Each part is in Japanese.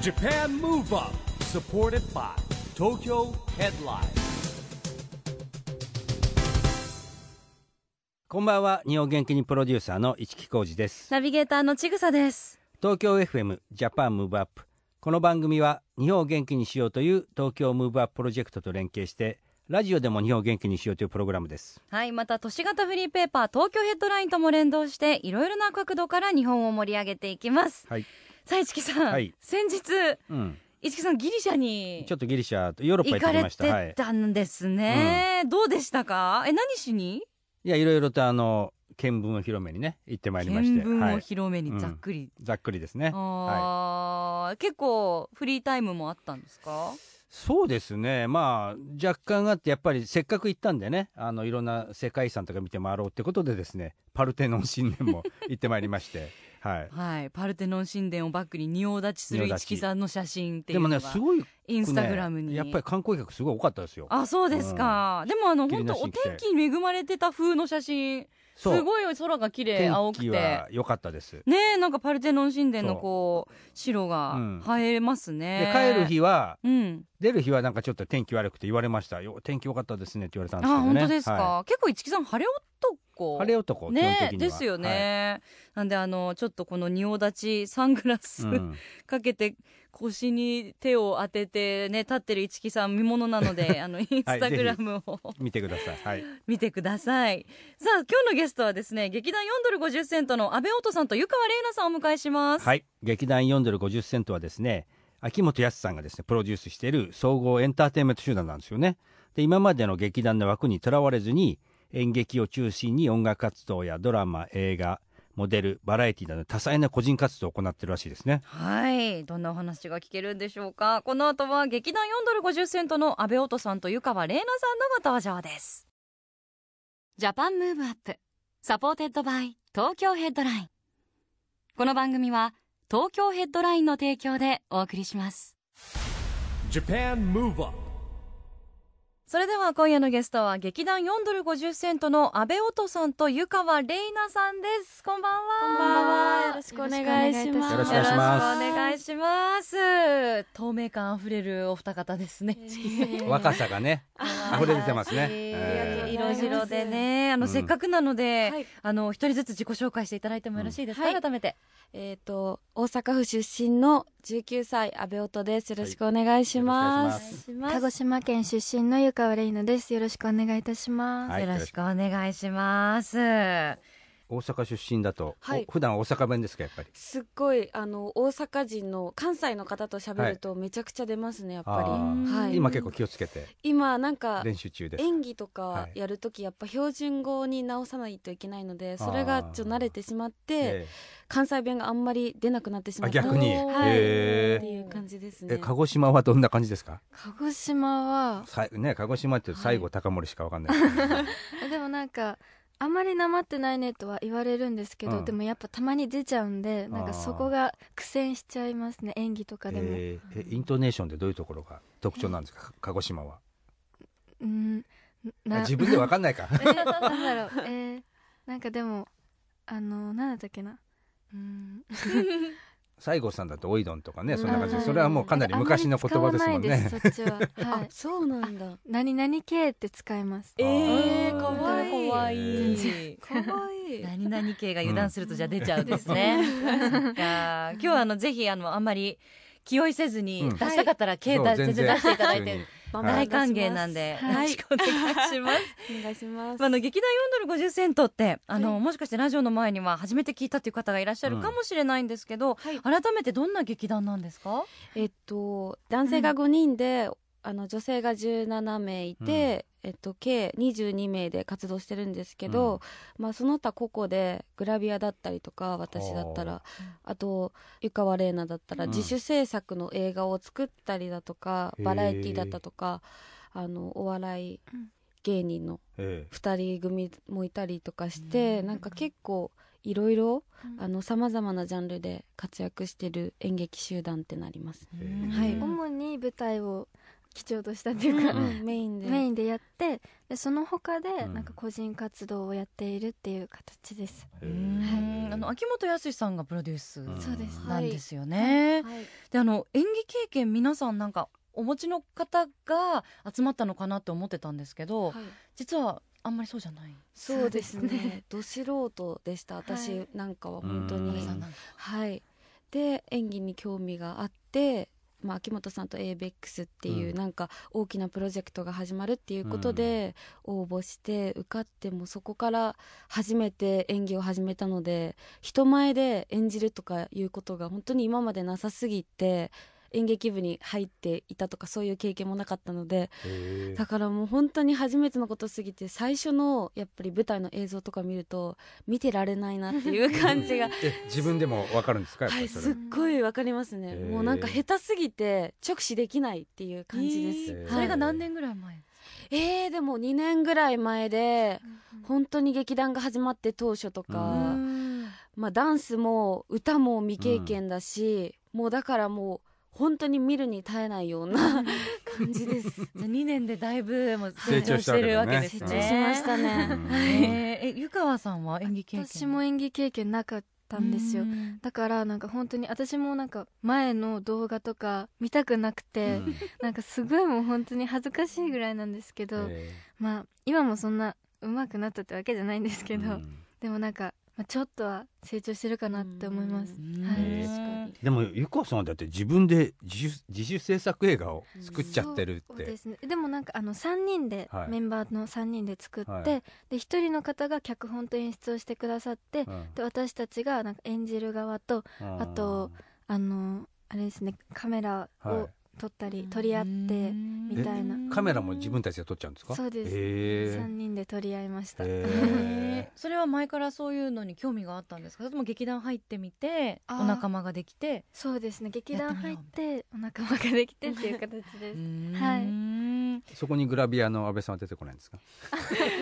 JAPAN MOVE UP SUPPORTED BY TOKYO HEADLINE こんばんは日本元気にプロデューサーの市木浩司ですナビゲーターのちぐさです。東京 FM ジャパンムーブアップこの番組は日本を元気にしようという東京ムーブアッププロジェクトと連携してラジオでも日本を元気にしようというプログラムですはい、また都市型フリーペーパー東京ヘッドラインとも連動していろいろな角度から日本を盛り上げていきます。はい、さあ市木さん、はい先日うん、市木さんギリシャにちょっとギリシャとヨーロッパ行行っかてきれましたはていたんですね。どうでしたか？え何しに？いやいろいろとあの見聞を広めにね行ってまいりまして見聞はをい、広めうんにざっくり。ざっくりですねはいあー結構フリータイムもあったんですか？そうですねまあ若干あってやっぱりせっかく行ったんでねあのいろんな世界遺産とか見て回ろうってことでですねパルテノン神殿も行ってまいりま してはいはい、パルテノン神殿をバックに仁王立ちする仁王立ち市木さんの写真っていでうものがねすごい、ね、インスタグラムに。やっぱり観光客すごい多かったですよあそうですか、でもあのひっきり本な当しおに来て天気に恵まれてた風の写真すそうごい空が綺麗天青く気ては良かったです、ねえなんかパルテノン神殿のそうこう白がうん映えますね、で帰る日はうん出る日はなんかちょっと天気悪くて言われましたよ天気良かったですねって言われたんあですけどね本当ですか、は結構市木さん晴れい男晴れ男、基本ね的にはですよね、なんであのちょっとこの仁王立ちサングラス、はいうんかけて腰に手を当ててね立ってる市木さん見ものなのであのインスタグラムを、見てくださいはい見てくださいさあ今日のゲストはですね劇団4ドル50セントの安倍音さんと湯川玲奈さんをお迎えしますはい、劇団4ドル50セントはですね秋元康さんがですねプロデュースしている総合エンターテインメント集団なんですよねで今までの劇団の枠にとらわれずに演劇を中心に音楽活動やドラマ映画モデルバラエティなど多彩な個人活動を行ってるらしいですねはいどんなお話が聞けるんでしょうかこの後は劇団4ドル50セントの安倍音さんと湯川玲奈さんのご登場ですジャパンムーブアップサポーテッドバイ東京ヘッドラインこの番組は東京ヘッドラインの提供でお送りします JAPAN MOVE UP それでは今夜のゲストは劇団4ドル50セントの安倍音さんと湯川玲奈さんですこんばんはこんばんは。よろしよくお願いします。よろしくお願いしますろしくお願いします透明感あふれるお二方ですね若さがねあ溢れ出てますね、あえりーがとう色白でねあの、うんせっかくなので、はいあの一人ずつ自己紹介していただいてもよろしいですか、うんはい改めてえっ、と大阪府出身の19歳安倍音です。よろしくお願いします。はいよろ鹿児島県出身の湯川玲奈ですよろしくお願いいたします、はいよろしくお願いします、大阪出身だと、はいお普段大阪弁ですかやっぱりすっごいあの大阪人の関西の方と喋るとめちゃくちゃ出ますねやっぱり。あはーい。今結構気をつけて今なんか練習中です演技とはかいやるときやっぱ標準語に直さないといけないのでそれがちょっと慣れてしまってえ関西弁があんまり出なくなってしまあった逆に、おーはいえっていう感じですーえね。鹿児島はどんな感じですか鹿児島はさいね鹿児島って最後高森しかわかんない、えでもなんかあんまりなまってないねとは言われるんですけうど、んでもやっぱたまに出ちゃうんでなんあーかそこが苦戦しちゃいますね演技とかでも、えーえイントネーションでどういうところが特徴なんですか、鹿児島はうんなあ自分でわかんない か えーなんだろうえーなんかでもあのなんだったっけなうん西郷さんだとおいどんとかねそんな感じうでんそれはもうかなり昔の言葉ですもんあまりね使わないですそっ ちは、はあい、そうなんだ。何々系って使いますええーー、かわいい。かわいいかわ いい。何々系が油断するとじゃあ出ちゃうんですね。そっか今日はあのぜひあのあんまり気負いせずにうん出したかったら携そう帯全然出していただいて普通に大歓迎なんでよはろいし、くお願いします。お願いします。あの劇団4ドル50セントってあの、はいもしかしてラジオの前には初めて聞いたという方がいらっしゃるかもしれないんですけど、はい改めてどんな劇団なんですか、えっと、男性が5人で、あの女性が17名いて、えっと、計22名で活動してるんですけど、まあ、その他個々でグラビアだったりとか私だったほらあと湯川玲奈だったらうん自主制作の映画を作ったりだとか、へーバラエティだったとかあのお笑いうん芸人のえ2人組もいたりとかして、うんなんか結構いろいろうんあのさまざまなジャンルで活躍してる演劇集団ってなりますね。えはいうん主に舞台を基調としたっていうか、うん メインでメインでやってでその他でうんなんか個人活動をやっているっていう形です、うーんあの秋元康さんがプロデュースんそうですなんですよね。はいであの演技経験皆さんなんかお持ちの方が集まったのかなって思ってたんですけど、はい実はあんまりそうじゃない。そうですそうですねねど素人でしたは私いなんかは本当うん安倍にさんなんかはいで演技に興味があってまあ、秋元さんと ABEX っていううんなんか大きなプロジェクトが始まるっていうことで応募して受かってもそこから初めて演技を始めたので人前で演じるとかいうことが本当に今までなさすぎて演劇部に入っていたとかそういう経験もなかったのでへえだからもう本当に初めてのことすぎて最初のやっぱり舞台の映像とか見ると見てられないなっていう感じがえ自分でもわかるんですかやっぱはりいそすれっごいわかりますへねーもうなんか下手すぎて直視できないっていう感じです、へーそれが何年ぐらい前？えー、でも2年ぐらい前でん本当に劇団が始まって当初とうか、うんまあ、ダンスも歌も未経験だし、もうだからもう本当に見るに耐えないような感じです じゃあ2年でだいぶもう成成長長ししててるるわわけけでですす成ね。長しましたうね、 んえーえ湯川さんは演技経験私も演技経験なかったんですよ、うんだからなんか本当に私もなんか前の動画とか見たくなくうて、んなんかすごいもう本当に恥ずかしいぐらいなんですけど、へえまあ今もそんな上手くなったってわけじゃないんですけど、うんでもなんか、まあ、ちょっとは成長してるかなって思います、うんはいへー 確かにでもゆかさんはだって自分で自主自主制作映画を作っちゃってるそっうでてすねでもなんかあの3人で、はいメンバーの3人で作って、はいで1人の方が脚本と演出をしてくださって、うんで私たちがなんか演じる側とあとあのあれですねカメラはを撮ったり、取り合って、みたいなカメラも自分たちで撮っちゃうんですかそうですへ3人で撮り合いました、えへ へー それは前からそういうのに興味があったんですかそれとも劇団入ってみてあーお仲間ができてそうですね劇団入っやってお仲間ができてっていう形でうすーんそこにグラビアの安倍さんは出てこないんですか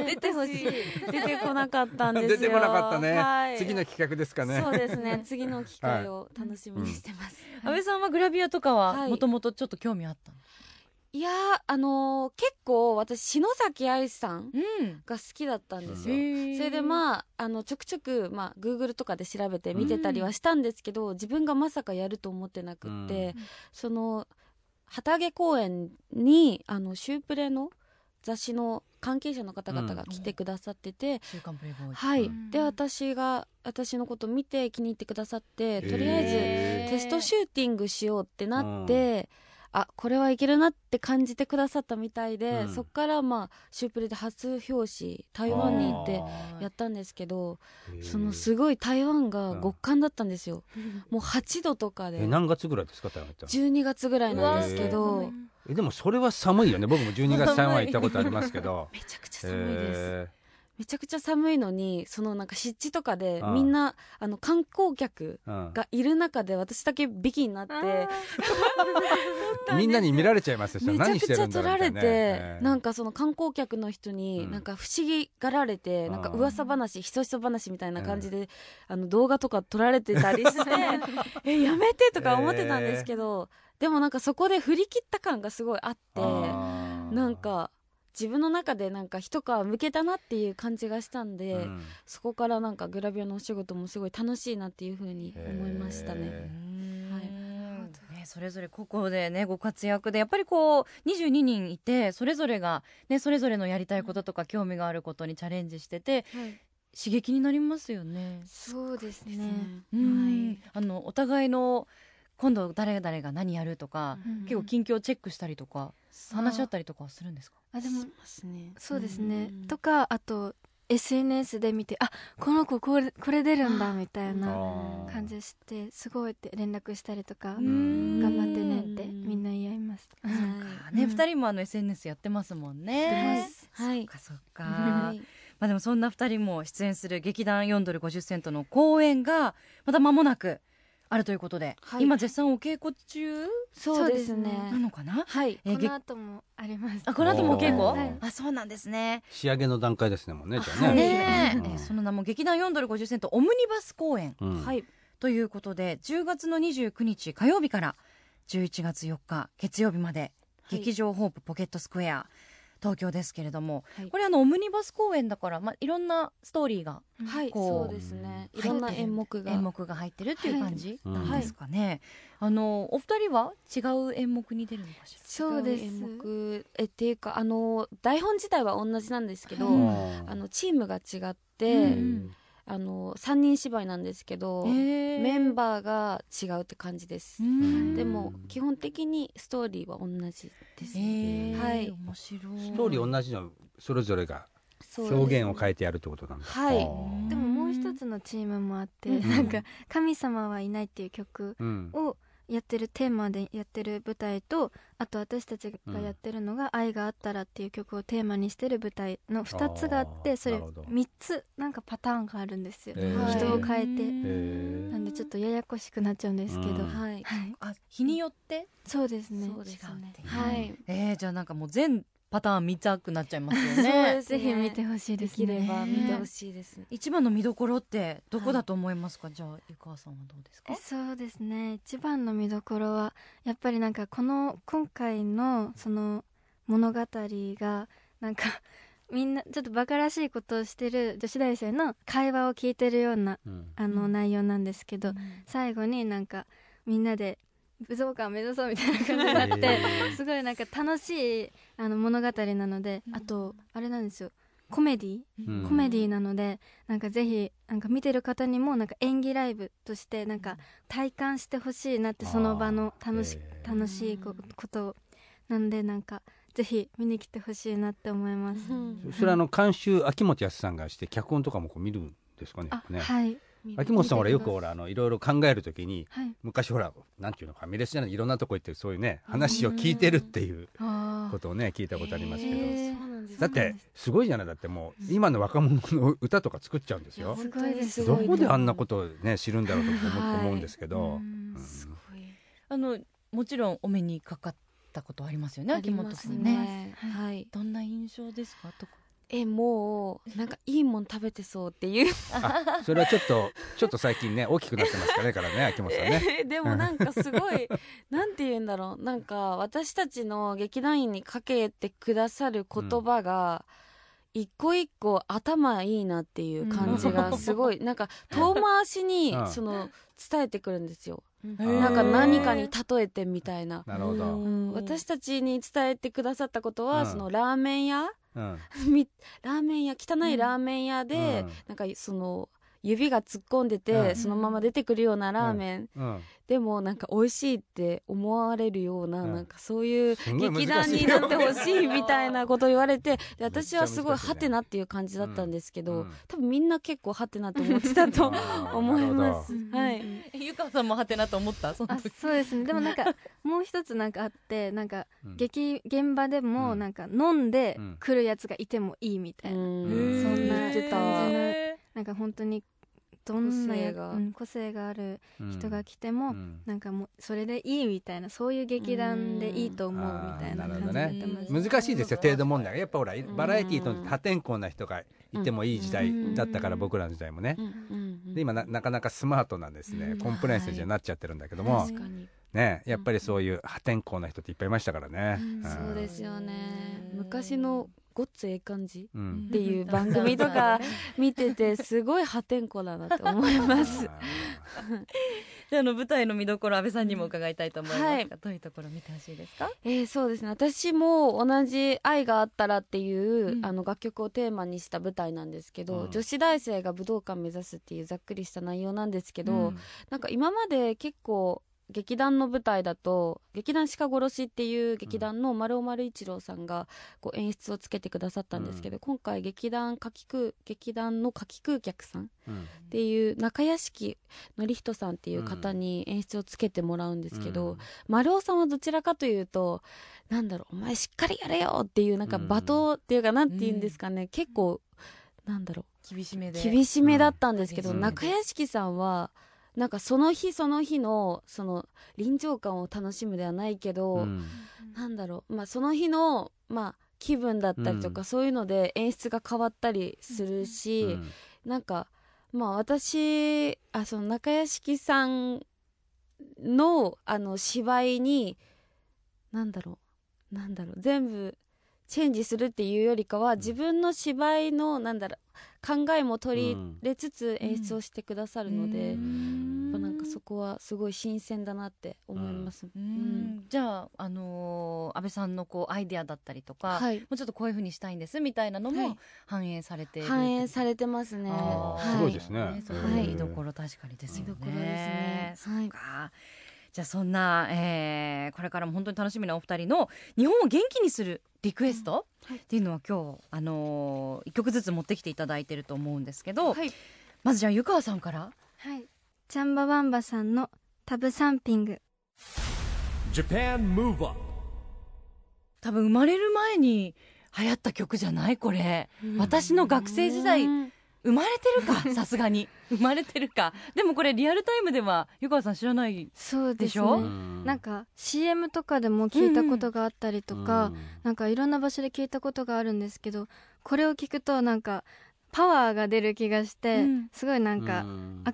出てほしい出てこなかったんですよ 出てこなかったね、はい次の企画ですかねそうですね次の機会を楽しみにしてます、安倍さんはグラビアとかははいもともとちょっと興味あったのいやーあのー結構私篠崎愛さんうんが好きだったんですそよ、それれであまああのちょくちょく、まあ、Google とかで調べて見てたりはしたんですけど、自分がまさかやると思ってなくって、うんその旗揚げ公演にあのシュープレの雑誌の関係者の方々が来てくださってて、週刊プレイボーイはい、うんで私が私のこと見て気に入ってくださってとりあえずへテストシューティングしようってなって、あこれはいけるなって感じてくださったみたいで、うんそっからまあシュープレで初表紙台湾に行ってあやったんですけどへーそのすごい台湾がうん極寒だったんですよ、もう8度とかでえ何月ぐらいですか台湾行ったの12月ぐらいなんですけうどんえでもそれは寒いよね僕も12月台湾行ったことありますけどめちゃくちゃ 寒いです。へめちゃくちゃ寒いのにそのなんか湿地とかでああみんなあの観光客ーうんがいる中で私だけビキになってみんなに見られちゃいますよめちゃ何くしちてるゃん撮だろうらみたれいなねてえーなんかその観光客の人うにんなんか不思議がられてあーなんか噂話ひそひそ話みたいな感じであの動画とか撮られてたりして えやめてとか思ってたんですけどでもなんかそこで振り切った感がすごいあってあーなんか自分の中でなんか一皮むけたなっていう感じがしたんで。うんそこからなんかグラビアのお仕事もすごい楽しいなっていうふうに思いましたへね。ははいいね、それぞれ個々でねご活躍でやっぱりこう22人いてそれぞれが、ね、それぞれのやりたいこととか興味があることにチャレンジしててはい刺激になりますよね。そうですねうんあのお互いの今度誰々が何やるとか、うん結構近況チェックしたりとか、話し合ったりとかはするんですかあででももますね。そうですね、うんとかあと SNS で見てあこの子これこれ出るんだみたいあなー感じしてすごいって連絡したりとかん頑張ってねってうんみんな言い合いますはね、うん2人もあの SNS やってますもんね。やってますはいそっかそっか、はい。まあ、でもそんな2人も出演する劇団4ドル50セントの公演がまた間もなくあるということで、はい今絶賛お稽古中そうですなね。のかなはい。えーこげの後もありますあこの後もお稽古、はいあそうなんですね仕上げの段階ですねもうねじゃあはいねねえうんえーその名も劇団4ドル50セントオムニバス公演うんはい。ということで10月の29日火曜日から11月4日月曜日までい劇場ホープポケットスクエア東京ですけれども、はいこれあのオムニバス公演だから、まあ、いろんなストーリーがはいこうそうですね入っいてるろんな演目が演目が入ってるっていう感じはいなんですかね、あのお二人は違う演目に出るのかしそうです演目えっていうかあの台本自体は同じなんですけど、ううんんあのチームが違っうて、んあの3人芝居なんですけど、らメメンバーが違うって感じです、うんでも基本的にストーリーは同じです、えー、はい面白いストーリー同じのそれぞれがそうです表現を変えてやるってことなんだはあいーでももう一つのチームもあって、うんなんか「神様はいない」っていう曲うんをやってるテーマでやってる舞台とあと私たちがやってるのが「愛があったら」っていう曲をテーマにしてる舞台の2つがあっあてーそれなるほど3つなんかパターンがあるんですよ、えー人を変えてえーなんでちょっとややこしくなっちゃうんですけうど、んははい、いあ日によってそうですねそうです違うっねていうはい、えー、じゃあなんかもう全パターン見たくなっちゃいますよそうねですぜねひ見てほしいでですきねれば見てほいしいですね一番の見どころってどこだと思いますか、じゃあ湯川さんはどうですかそうですね一番の見どころはやっぱりなんかこの今回のその物語がなんか みんなちょっとバカらしいことをしてる女子大生の会話を聞いてるようなうんあの内容なんですけど、うん最後になんかみんなで武道館を目指そうみたいな感じになってえすごいなんか楽しいあの物語なので、うんあとあれなんですよコメディうんコメディなので、なんかぜひなんか見てる方にもなんか演技ライブとしてなんか体感してほしいなってその場のあー楽し,、へー楽しいこことをなんでなんかぜひ見に来てほしいなって思います。うんそれあの監修秋元康さんがして脚本とかもこう見るんですかねやっあぱねはい秋元さんほらよく見てほらあのいろいろ考えるときにはい昔ほらなんていうのファミレスじゃないいろんなとこ行ってそういうね話を聞いてるっていうあことをね聞いたことありますけど、へーそうなんですだっそうなてんですごいじゃないだってもう今の若者の歌とか作っちゃうんですよす本ご当いにですすごどいこであんなこととをね知るんだろうと僕思うはい思うんですけど、うんすごいあのもちろんお目にかかったことありますよねあり秋元ますさんねはいどんな印象ですかとかえもうなんかいいもん食べてそうっていうあそれはちょっとちょっと最近ね大きくなってますからねからね秋元さんね。えー でもなんかすごいなんて言うんだろうなんか私たちの劇団員にかけてくださる言葉が、一個一個頭いいなっていう感じがすごい、なんか遠回しに うんその伝えてくるんですよ、うんなんか何かに例えてみたいな、なるほど、うんうん私たちに伝えてくださったことは、うんそのラーメン屋 みラーメン屋汚いラーメン屋で、なんかその指が突っ込んでて、うんそのまま出てくるようなラーメン、うんでもなんか美味しいって思われるような、うんなんかそういうすごい難しい劇団になってほしいみたいなこと言われてで私はすごめっいち ゃ難しいねハテナっていう感じだったんですけど、うん多分みんな結構ハテナと思ってたと思いますう。んはい、 ゆかさんもハテナと思ったそのあ時そうですねでもなんかもう一つなんかあってなんかうん劇現場でうもんなんか飲んでうん来るやつがいてもいいみたいな、うんーそんな言ってたへ。なんか本当にどん個なや性がうん個性がある人が来てうも、んなんかもうそれでいいみたいなそういう劇団でいいと思うみたいなうんあーなる感ほどねじでやってます、難しいですよ程度問題がやっぱほらバラエティーと破天荒な人がいてもいい時代だったからうん僕らの時代もねうんうんうんで今ななかなかスマートなんですねうんコンプライアンスにはなっちゃってるんだけども、確かに、ねやっぱりそういう破天荒な人っていっぱいいましたからね、うんそうですよね。昔のごっつええ感じうん、うんっていう番組とか見ててすごい破天荒だなって思 います。 じゃああの舞台の見どころ安倍さんにも伺いたいと思いますが、はいどういうところ見てほしいですかえー、そうですね私も同じ「愛があったら」っていうう、んあの楽曲をテーマにした舞台なんですけど、うん女子大生が武道館目指すっていうざっくりした内容なんですけど、うんなんか今まで結構劇団の舞台だと劇団鹿殺しっていう劇団の丸尾丸一郎さんがこう演出をつけてくださったんですけど、今回劇団夏季空劇団の夏季空客さんうんっていう中屋敷典人さんっていう方に演出をつけてもらうんですけど、丸尾さんはどちらかというとなんだろうお前しっかりやれよっていうなんかうん罵倒っていうかなんて言うんですかね、結構なんだろ厳しめうで厳しめだったんですけど、うん中屋敷さんはなんかその日その日のその臨場感を楽しむではないけど、うんなんだろう、まあ、その日の、まあ、気分だったりとか、うんそういうので演出が変わったりするし。うんなんかまあ私あその中屋敷さんのあの芝居になんだろうなんだろう全部チェンジするっていうよりかは自分の芝居のなんだろう考えも取り入れつつ演出をしてくださるので、やっぱなんかそこはすごい新鮮だなって思います。ううんんじゃあ、あのー安倍さんのこうアイデアだったりとか、はいもうちょっとこういうふうにしたいんですみたいなのはもい反映されている反映されれてますね。あーすごいですねそこがはいいいところ確かにですよね。見どころですね。はい。かじゃあそんな、えーこれからも本当に楽しみなお二人の日本を元気にするリクエストはいっていうのは今日、あのー、1曲ずつ持ってきていただいてると思うんですけど、はいまずじゃあ湯川さんからはいチャンバワンバさんのタブサンピング Japan Move Up 多分生まれる前に流行った曲じゃないこれ、うん私の学生時代うん生まれてる かさすがに生まれてるかでもこれリアルタイムでは湯川さん知らないそうですでしょうねなんか CM とかでも聞いたことがあったりとか、なんかいろんな場所で聞いたことがあるんですけどこれを聞くとなんかパワーが出る気がして、うんすごいなんか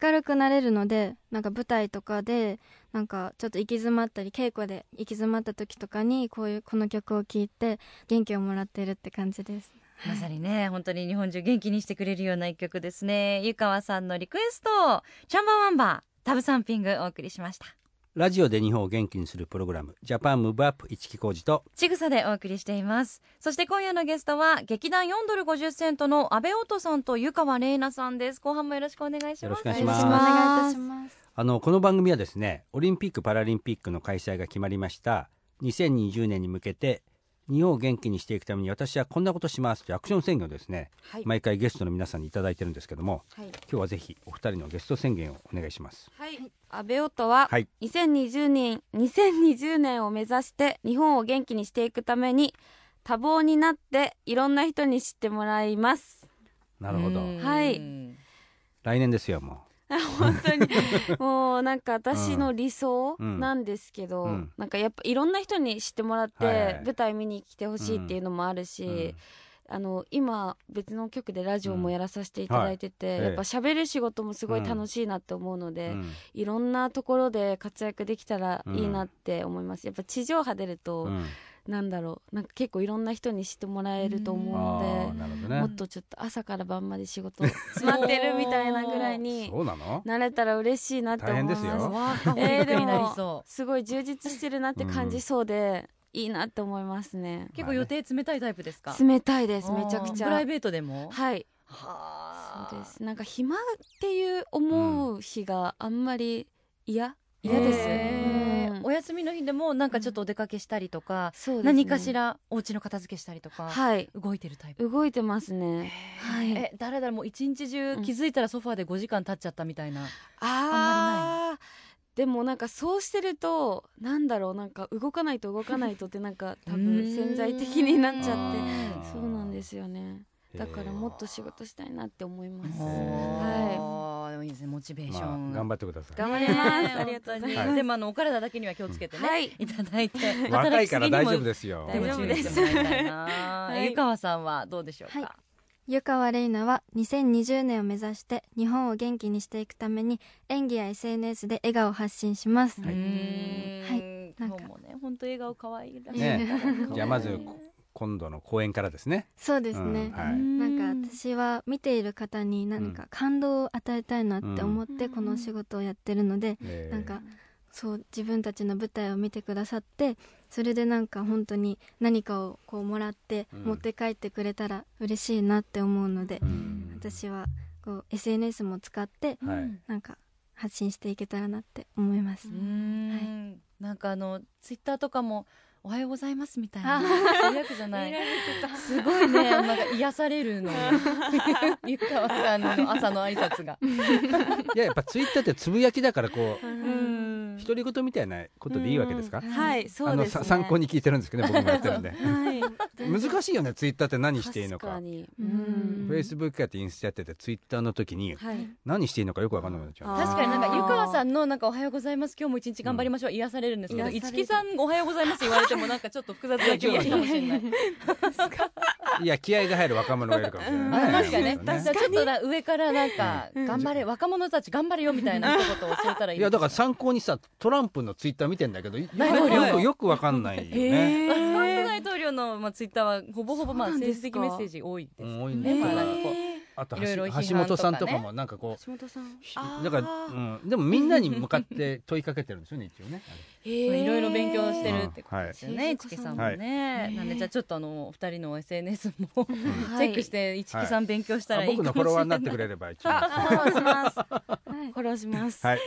明るくなれるのでなんか舞台とかでなんかちょっと行き詰まったり稽古で行き詰まった時とかにこういうこの曲を聴いて元気をもらってるって感じですまさにね本当に日本中元気にしてくれるような一曲ですね湯川さんのリクエストチャンバワンバータブサンピングお送りしましたラジオで日本を元気にするプログラムジャパンムーブアップ一木工事とちぐさでお送りしていますそして今夜のゲストは劇団4ドル50セントの安倍音さんと湯川玲奈さんです後半もよろしくお願いしよまろしすくお願いしおます願いいたしますあのこの番組はですねオリンピック・パラリンピックの開催が決まりました2020年に向けて日本を元気にしていくために私はこんなことしますというアクション宣言をですね、はい毎回ゲストの皆さんに頂いただいてるんですけどもはい。今日はぜひお二人のゲスト宣言をお願いしますはい。安倍音ははい2020年2020年を目指して日本を元気にしていくために多忙になっていろんな人に知ってもらいます。なるほどうんはい来年ですよも本当に もうなんか私の理想なんですけど、うんうんなんかやっぱいろんな人に知ってもらってはいはい舞台見に来てほしいっていうのもあるし、う、うんあの今別の局でラジオもやらさせていただいてて、うんはいやっぱ喋る仕事もすごい楽しいなって思うので、うんいろんなところで活躍できたらいいなって思います、やっぱ地上波出ると、うんなんだろうなんか結構いろんな人に知ってもらえると思うあーので、なるほどもねっとちょっと朝から晩まで仕事詰まってるみたいなぐらいにそうなのなれたら嬉しいなって思います大変ですよワーカホリッえークでになりもそう、すごい充実してるなって感じそうで、いいなって思いますね 結構予定冷たいタイプですか冷たいですめちゃくちあープラゃイベートでもはいはそうですなんか暇っていう思う日があんまり嫌嫌です、へーうんお休みの日でもなんかちょっとお出かけしたりとか、そうですね何かしらお家の片付けしたりとか、はい動いてるタイプ。動いてますねはいえ誰だもう一日中気づいたらソファーで5時間経っちゃったみたいな、ああでもなんかそうしてるとなんだろうなんか動かないと動かないとってな んか多う分ーん潜在的になっちゃってあーそうなんですよねだからもっと仕事したいなって思いますははい、でもいいですねモチベーション、まあ、頑張ってください頑張りますねえ ありがとうございます本当にでもあのお体だけには気をつけてね、、はいいただいて若いから大丈夫すですよ大丈夫ですご注意してもらいたいなはい湯川さんはどうでしょうか、は湯川玲奈は2020年を目指して日本を元気にしていくために演技や SNS で笑顔を発信します、うはーんなんか今日もね本当笑顔可愛いらしい、ねじゃあまずこ今度の公演からですねそうですね、うんはいなんか私は見ている方に何か感動を与えたいなって思っうてんこの仕事をやってるので、えーなんかそう自分たちの舞台を見てくださってそれでなんか本当に何かをこうもらってうん持って帰ってくれたら嬉しいなって思うので、うん私はこう SNS も使ってはいなんか発信していけたらなって思います、うーんなんかあのツイッターとかも「おはようございます」みたいなあつぶやくじゃないすごいねなんか癒されるの湯川さんの朝の挨拶がいややっぱツイッターってつぶやきだからこううん独り言みたいなことでいいわけですかいはいそあうのですさね参考に聞いてるんですけどね僕もやってるんではい難しいよねツイッターって何していいの確かかにううんんフェイスブックやってインスタやっててツイッターの時にはい何していいのかよくわかんなくなっちゃうあー確かになんか湯川さんのなんかおはようございます今日も一日頑張りましょう、癒されるんですけど癒一される木さんおはようございます言われてもなんかちょっと複雑な気がするかもしれないいや気合が入る若者がいるかもしれあない確かにね本当ちょっとな上からなんか頑張れ若者たち頑張れよみたいなことを教えたらいいいや だから参考にさトランプのツイッター見てんだけどよないないよくよくわかんないよね本当ない大統領の、まあ、ツイッターはほぼほぼ、まあ、そうなんで政す治か的メッセージ多いです。うん多いねね。まあなんかこうえーあといろいろ橋批橋本判とかさねんとかもなんかこう橋本さんひあーだから、うん、でもみんなに向か って問いかけてるんですよね一応ね。まあいいろいろ勉強してるってことですようんはね、い一木さんもね。はいなんでじゃあちょっとあのお二人の SNS もチうんはいェックして一木さん勉強したらあいいか僕のもしフォれロワーになないっ。てくれれば 一応。あフォローします、はいフォローしますはい。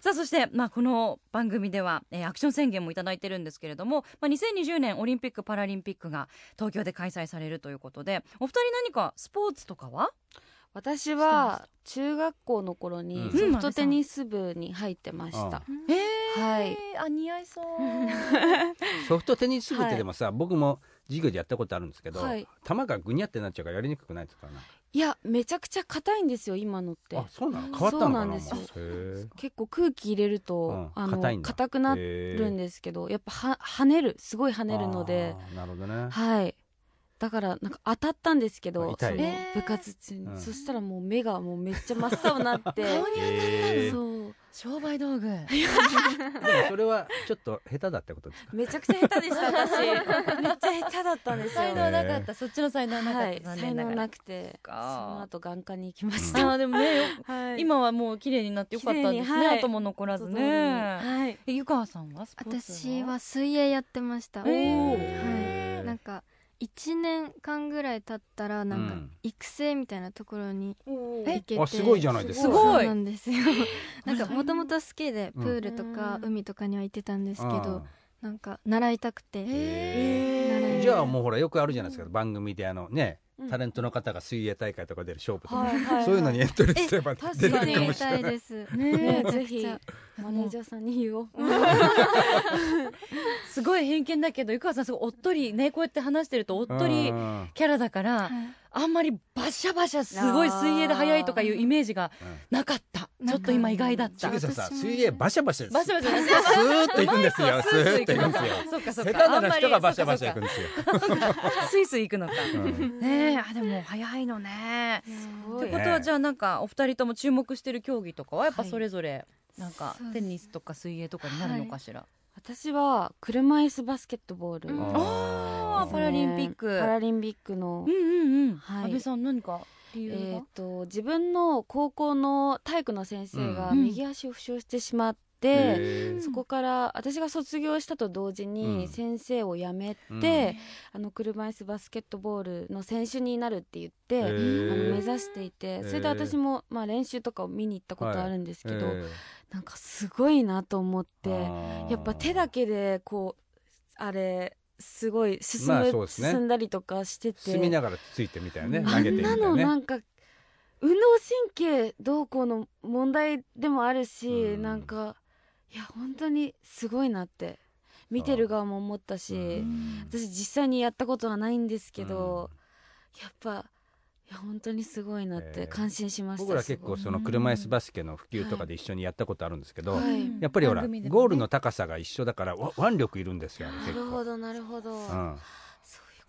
さあそして、まあ、この番組では、えーアクション宣言もいただいてるんですけれども、まあ、2020年オリンピック・パラリンピックが東京で開催されるということでお二人何かスポーツとかは私はは中学校の頃にうんソフトテニス部に入ってました、うんえはいあ似合いそうソフトテニス部ってでもさ、僕も授業でやったことあるんですけど、はい球がぐにゃってなっちゃうからやりにくくないですかね。いやめちゃくちゃ硬いんですよ今のってあそうなの変わったのかなそうなんですよもうへ結構空気入れると、うんあ硬いのんだ硬くなえるんですけどやっぱは跳ねるすごい跳ねるのであーなるほどね。はいだからなんか当たったんですけど痛いそのえー部活中に、うんそしたらもう目がもうめっちゃ真っ青になって 顔にへーそう商売道具でもそれはちょっと下手だってことですか。めちゃくちゃ下手でした私 めっちゃ下手だったんですよ才能なかったそっちの才能なかはっいた、才能なくてそかの後眼科に行きましあた、ーでもねよ はい今はもう綺麗になってよかったです綺麗にねはい後も残らずねはいえ湯川さんはスポーツ私は水泳やってました、えーはいなんか1年間ぐらい経ったらなんうかん育成みたいなところに行えけて、あすごいじゃないですか。すごいそうなんで すよなんかもともと好きでうプんールとかうん海とかには行ってたんですけうどんなんか習いたくてへーじゃあもうほらよくあるじゃないですか番組であのねうんタレントの方が水泳大会とか出る勝負とか、はいはいはいそういうのにエントリーすれば確出るかかにも行きしれた ないい。ですねめちゃぜくひちゃマネージャーさんに言おうすごい偏見だけど湯川さんすごいおっとりねこうやって話してるとおっとりうんうんキャラだからはいあんまりバシャバシャすごい水泳で速いとかいうイメージがなかったうんちょっと今意外だっちたぐささ私も水泳バシャバシャバシャバシャスーッと行くんですよススーーッッとと行く行んですよそうかそう下手かな人がバシャバシャ行くんくですよ、スイスイ行くのかうんねえあでも早いのねごっていことはじゃあなんかお二人とも注目してる競技とかはやっぱそれぞれなんかそうですテニスとか水泳とかになるのかしら私は車椅子バスケットボール、うんですねあーパラリンピックパラリンピックのうん、うんうんはい安倍さん何か理え由がー、と自分の高校の体育の先生がうん右足を負傷してしまっへて、ーそこから私が卒業したと同時うんに先生を辞めて、うんあの車椅子バスケットボールの選手になるって言って、へあーの目指していてそれで私も、まあ、練習とかを見に行ったことあるんですけど、へーなんかすごいなと思って。あーやっぱ手だけでこうあれすごい進む、まあそうですね進んだりとかしてて進みながらついてみたいなねあ投げてんみたないのなねんか運動神経どうこうの問題でもあるし、うんなんかいや本当にすごいなって見てる側も思ったし、うん私実際にやったことはないんですけど、やっぱいや本当にすごいなっえてー感心しました、僕ら結構すその車椅子バスケの普及とかで一緒にやったことあるんですけど、ごいはい、やっぱりほら、番組でもねゴールの高さが一緒だからわ腕力いるんですよあれな結る構、ほどなるほど、う、そういうん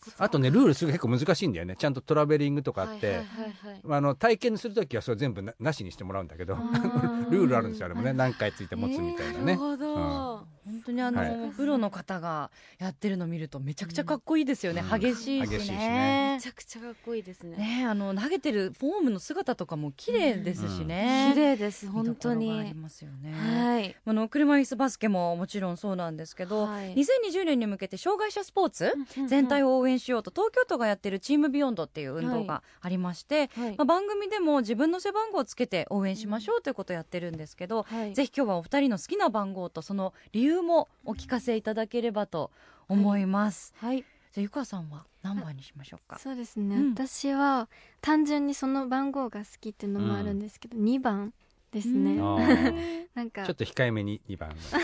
ことあとねルールすごい結構難しいんだよねちゃんとトラベリングとかあって、はいはいはいはいあの体験するときはそれ全部ななしにしてもらうんだけどあ ルールあるんですよあれもねう何回ついて持つみたいななねる、ほど、うん本当にあの、はプロの方がやってるの見るとめちゃくちゃかっこいいですよね、うん激しいし激しいしねめちゃくちゃかっこいいですね。ねあの投げてるフォームの姿とかも綺麗ですしね、綺麗です見ど本ころ当がありに。ますよね、はい。あの車椅子バスケももちろんそうなんですけど、はい2020年に向けて障害者スポーツ全体を、を応援しようと東京都がやってるチームビヨンドっていう運動がありまして、はいまあ、番組でも自分の背番号をつけて応援しましょうということをやってるんですけど、はい、ぜひ今日はお二人の好きな番号とその理由もお聞かせいただければと思います。はい。じゃあゆかさんは何番にしましょうか。そうですね、うん私は単純にその番号が好きっていうのもあるんですけど、2番ですね、うんあーなんかちょっと控えめに2番ですか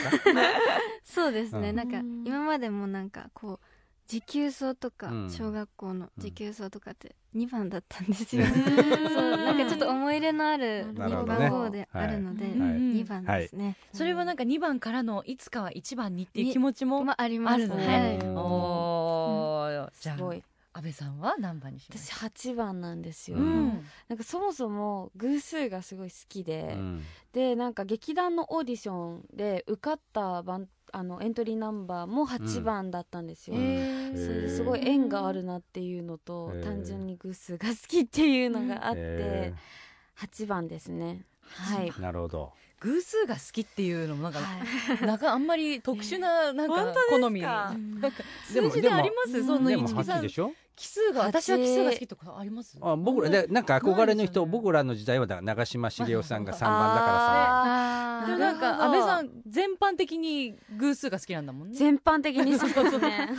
そうですね、うんなんかうん今までもなんかこう持久走とか、うん小学校のうん持久走とかって2番だったんですよ、そうなんかちょっと思い入れのあるなるほどね番号であるので、はい2番ですね、それはなんか2番からのいつかは1番にっていう気持ちもまあありまあするのねはいね。おーおーじゃすごい。あ安倍さんは何番にしま私す八番なんですよ、うなんかそもそも偶数がすごい好きうで、んでなんか劇団のオーディションで受かった番あのエントリーナンバーも8番だったんですよ、うんえそれへでーすごい縁があるなっていうのと、へー単純にグッスが好きっていうのがあって、え8番ですねはいーなるほど。偶数が好きっていうのもなんか、はいなんかあんまり特殊ななん本当かですか好みなんか数字ででもありますそうんので一もは木っさきりでんしょ。奇数が私は奇数が好きとかありますあ僕らでなんか憧れの人、僕らの時代はだから長嶋茂雄さんが3番だからあーあでもなーんなるかほ安ど倍さん全般的に偶数が好きなんだもんね全般的にそう ですね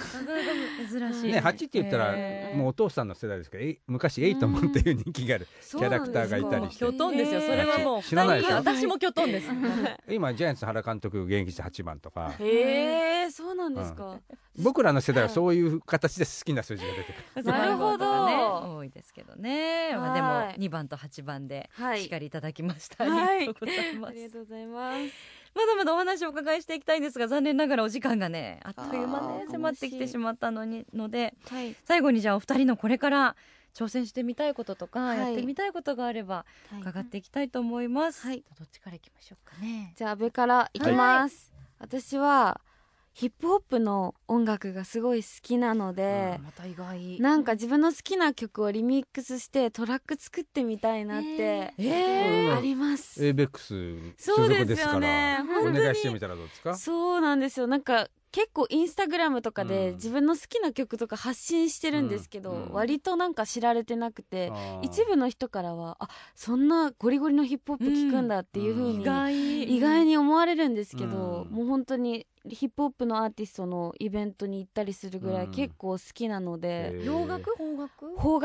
珍さ。ね、8って言ったへらーもうお父さんの世代ですけどえい昔エイトモンっていう人気があるキャラクターがいたりしきょてとんですよへーそれはもう知らない二でし人ょ私もきょとんです今ジャイアンツ原監督現役して8番とか へえそうなんですか、僕らの世代はそういう形で好きな数字が出てくる なるほ背番号とどかね多いですけどねまあはでいも二番と八番ではしっかいりいただきましたあはいりがとうございまあすりがとうございますまだまだお話をお伺いしていきたいんですが残念ながらお時間がねあっという間ねあー迫ってきてしまったのにのではい、最後にじゃあお二人のこれから挑戦してみたいこととか、はいやってみたいことがあれば はい伺っていきたいと思います、はいどっちからいきましょうかねじゃあ安倍からいきます、私はヒップホップの音楽がすごい好きなので、また意外なんか自分の好きな曲をリミックスしてトラック作ってみたいなって、ええーあります、エイベックス所属ですからお本当に願いしてみたらどうですかそうなんですよなんか結構インスタグラムとかうでん自分の好きな曲とか発信してるんですけど、うん割となんか知られてなくて、あー一部の人からはあそんなゴリゴリのヒップホップ聞くんだっていう風うんに意外意外に思われるんですけど、うんもう本当にヒップホップのアーティストのイベントに行ったりするぐらういん結構好きなので、えー洋楽邦楽邦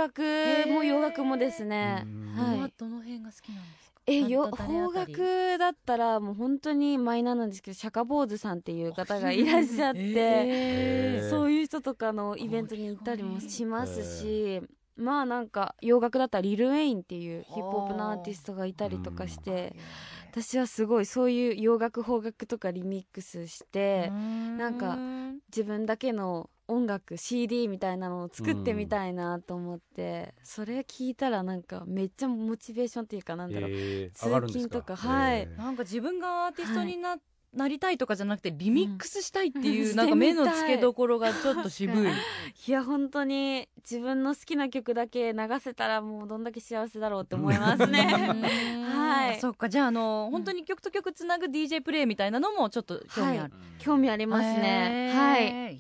楽も洋楽もですねう、んはいはどの辺が好きなんですかえよなんと誰あ邦たり楽だったらもう本当にマイナーなんですけど釈迦坊主さんっていう方がいらっしゃって、 えーそういう人とかのイベントに行ったりもしますし、まあなんか洋楽だったらリル・ウェインっていうヒップホップのアーティストがいたりとかして、私はすごいそういう洋楽邦楽とかリミックスして。なんか自分だけの音楽 CD みたいなのを作ってみたいなと思って、それ聞いたらなんかめっちゃモチベーションっていうかなんだろう、えー通上がるんです勤とかはいえーなんか自分がアーティストにな,、なりたいとかじゃなくてリミックスしたいっていう、うんなんか目のしてみた付いけどころがちょっと渋いいや本当に自分の好きな曲だけ流せたらもうどんだけ幸せだろうって思いますね。はあいそっかじゃああの本当に曲と曲つなぐ DJ プレイみたいなのもちょっと興味ある、 興味ありますね。はい。やい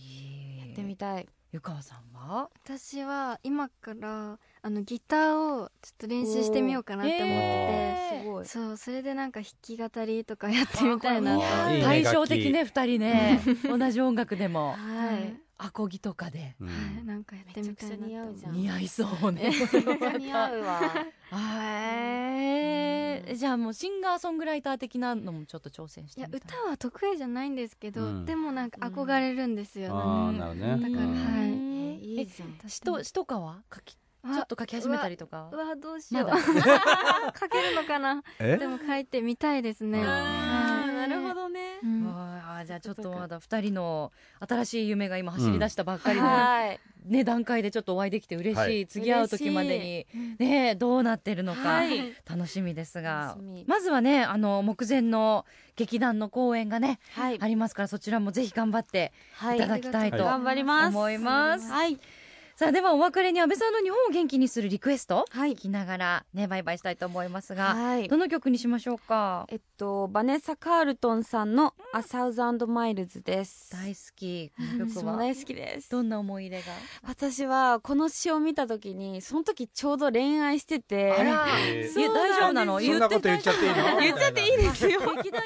やってみたい。湯川さんは私は今からあのギターをちょっと練習してみようかなって思ってて、すごい。そうそれでなんか弾き語りとかやってみたいなあーこれいいね対照的ね二人ね同じ音楽でも は、はいい。アコギとかでうんはいなんかやってみたいめちゃなくちゃ似合とうじゃん似合いそうねめっちゃ似 合うわ。 へーじゃあもうシンガーソングライター的なのもちょっと挑戦しいてやみたい歌は得意じゃないんですけど、うんでもなんか憧れるんですよ、あーなるほどねだから、うんはいえいいじゃん。私詩と詩とかは書きちわょっと書き始めたりとかうわどうしよう、まだ書けるの かなえでも書いてみたいですね、あはーなるほどねいうんわあじゃあちょっとまだ二人の新しい夢が今走り出したばっかりのはい。ね、段階でちょっとお会いできて嬉しい、はい次会う時までに、ね、どうなってるのか、はい楽しみですが楽しみまずはねあの目前の劇団の公演がねはいあ。りますからそちらもぜひ頑張ってはいただきたいと頑張ります。思いますはい。さあではお別れに安倍さんの日本を元気にするリクエストはい聞。きながらねバイバイしたいと思いますが、はいど。の曲にしましょうかえっと、バネッサ・カールトンさんの「A Thousand Miles」です。大好きこの私曲もは大好きです。どんな思い入れが私はこの詩を見た時にその時ちょうど恋愛しててあらえーいや大丈夫なのそんなこと言っちゃっていいの言っちゃっていいですよ。劇団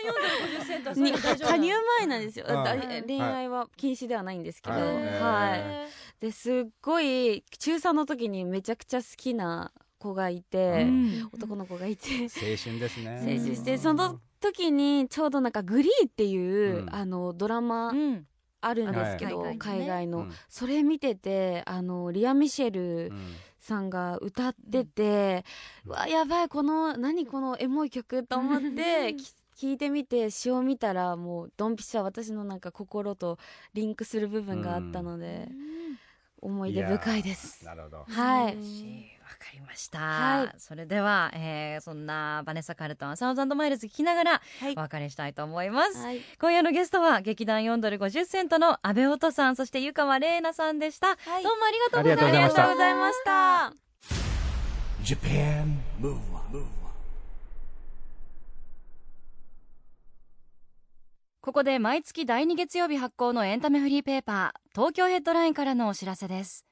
450セントはそれに大丈夫なの加入前なんですよ、うんだって恋愛は禁止ではないんですけど、はいはいですっごい中3の時にめちゃくちゃ好きな子がいて、うん男の子がいて、青春ですね青春してその時にちょうどなんか「グリーっていう、うんあのドラマうんあるんですけど、はい海外の、うんそれ見ててあのリア・ミシェルうんさんが歌ってて、うわやばいこの何このエモい曲と思 ってき聞いてみて詩を見たらもうドンピシャ私のなんか心とリンクする部分があったので、思い出深いです。なるほどはい、嬉しいわかりました、はそれでは、えーそんなバネッサ・カールトン「サウザンドマイルズ」聞きながらはいお別れしたいと思います、はい、今夜のゲストは劇団4ドル50セントの阿部音さんそして湯川玲奈さんでした、はいどうもありがとうございまありがとうございまししたたありがとうございました Japan Move Up, ここで毎月第2月曜日発行のエンタメフリーペーパー東京ヘッドラインからのお知らせです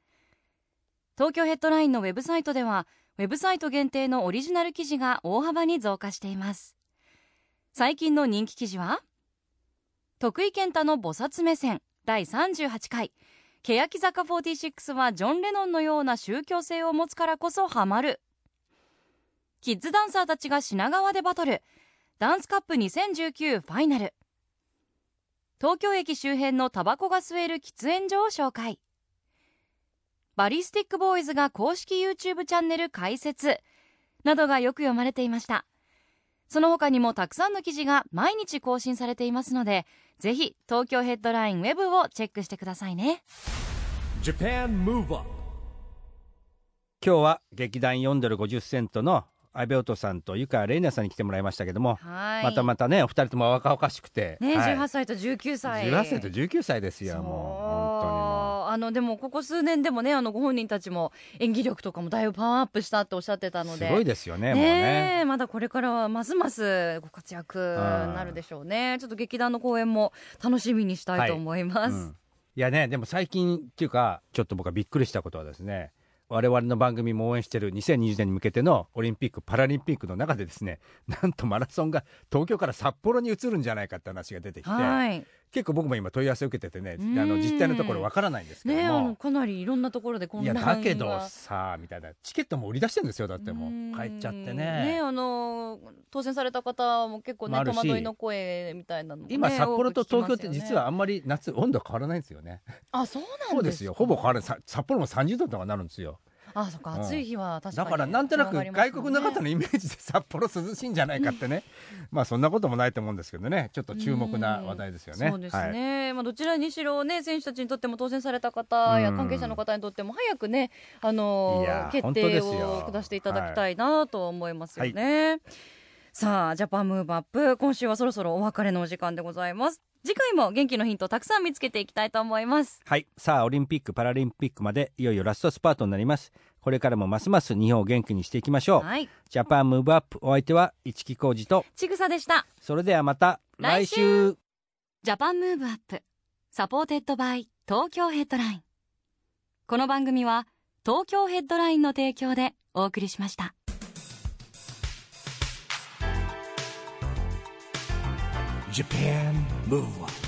東京ヘッドラインのウェブサイトではウェブサイト限定のオリジナル記事が大幅に増加しています最近の人気記事は徳井健太の菩薩目線第38回欅坂46はジョン・レノンのような宗教性を持つからこそハマるキッズダンサーたちが品川でバトルダンスカップ2019ファイナル東京駅周辺のタバコが吸える喫煙所を紹介バリスティックボーイズが公式 YouTube チャンネル開設などがよく読まれていましたその他にもたくさんの記事が毎日更新されていますのでぜひ東京ヘッドラインウェブをチェックしてくださいね Japan Move Up, 今日は劇団4ドル50セントの阿部音さんと湯川玲奈さんに来てもらいましたけども、はいまたまたねお二人とも若々しくて、ね、はい18歳と19歳18歳と19歳ですそようもあのでもここ数年でもねあのご本人たちも演技力とかもだいぶパワーアップしたっておっしゃってたう本当にものうごですいですよねもうねねえまだこれからはますますご活躍になるでしょうねちょっと劇団の公演も楽しみにしたいと思います、うんいやねでも最近っていうかちょっと僕はびっくりしたことはですね我々の番組も応援してる2020年に向けてのオリンピック・パラリンピックの中でですねなんとマラソンが東京から札幌に移るんじゃないかって話が出てきて、はい結構僕も今問い合わせ受けててねあうんの実態のところわからないんですけねえあどもの、かなりいろんなところで混いや乱がだけどさあみたいなチケットも売り出してるんですよだってうもんう帰っちゃってねねえあの当選された方も結構ねもあ戸るし惑いの声みたいなのもね今札幌と東京って多く聞きますよね実はあんまり夏温度変わらないんですよねあそうそなうんでですすよかほぼ変わらないさ札幌も30度とかなるんですよあそっかうん暑い日は確だかに、からなんとなく外国の方にのイメージで札幌涼しいんじゃないかって ねまあそんなこともないと思うんですけどねちょっと注目な話題ですよね。そうですはいね、まあ、どちらにしろ、ね、選手たちにとっても当選された方やうん関係者の方にとっても早くね、あのいーや決本当で定すをよ下していただきたいなと思いますよね。さあジャパンムーブアップ今週はそろそろお別れのお時間でございます次回も元気のヒントたくさん見つけていきたいと思いますはい、さあオリンピック・パラリンピックまでいよいよラストスパートになりますこれからもますます日本を元気にしていきましょう、はいジャパンムーブアップお相手は市木浩二とちぐさでしたそれではまた来来週週ジャパンムーブアップサポーテッドバイ東京ヘッドラインこの番組は東京ヘッドラインの提供でお送りしました Japan Move Up.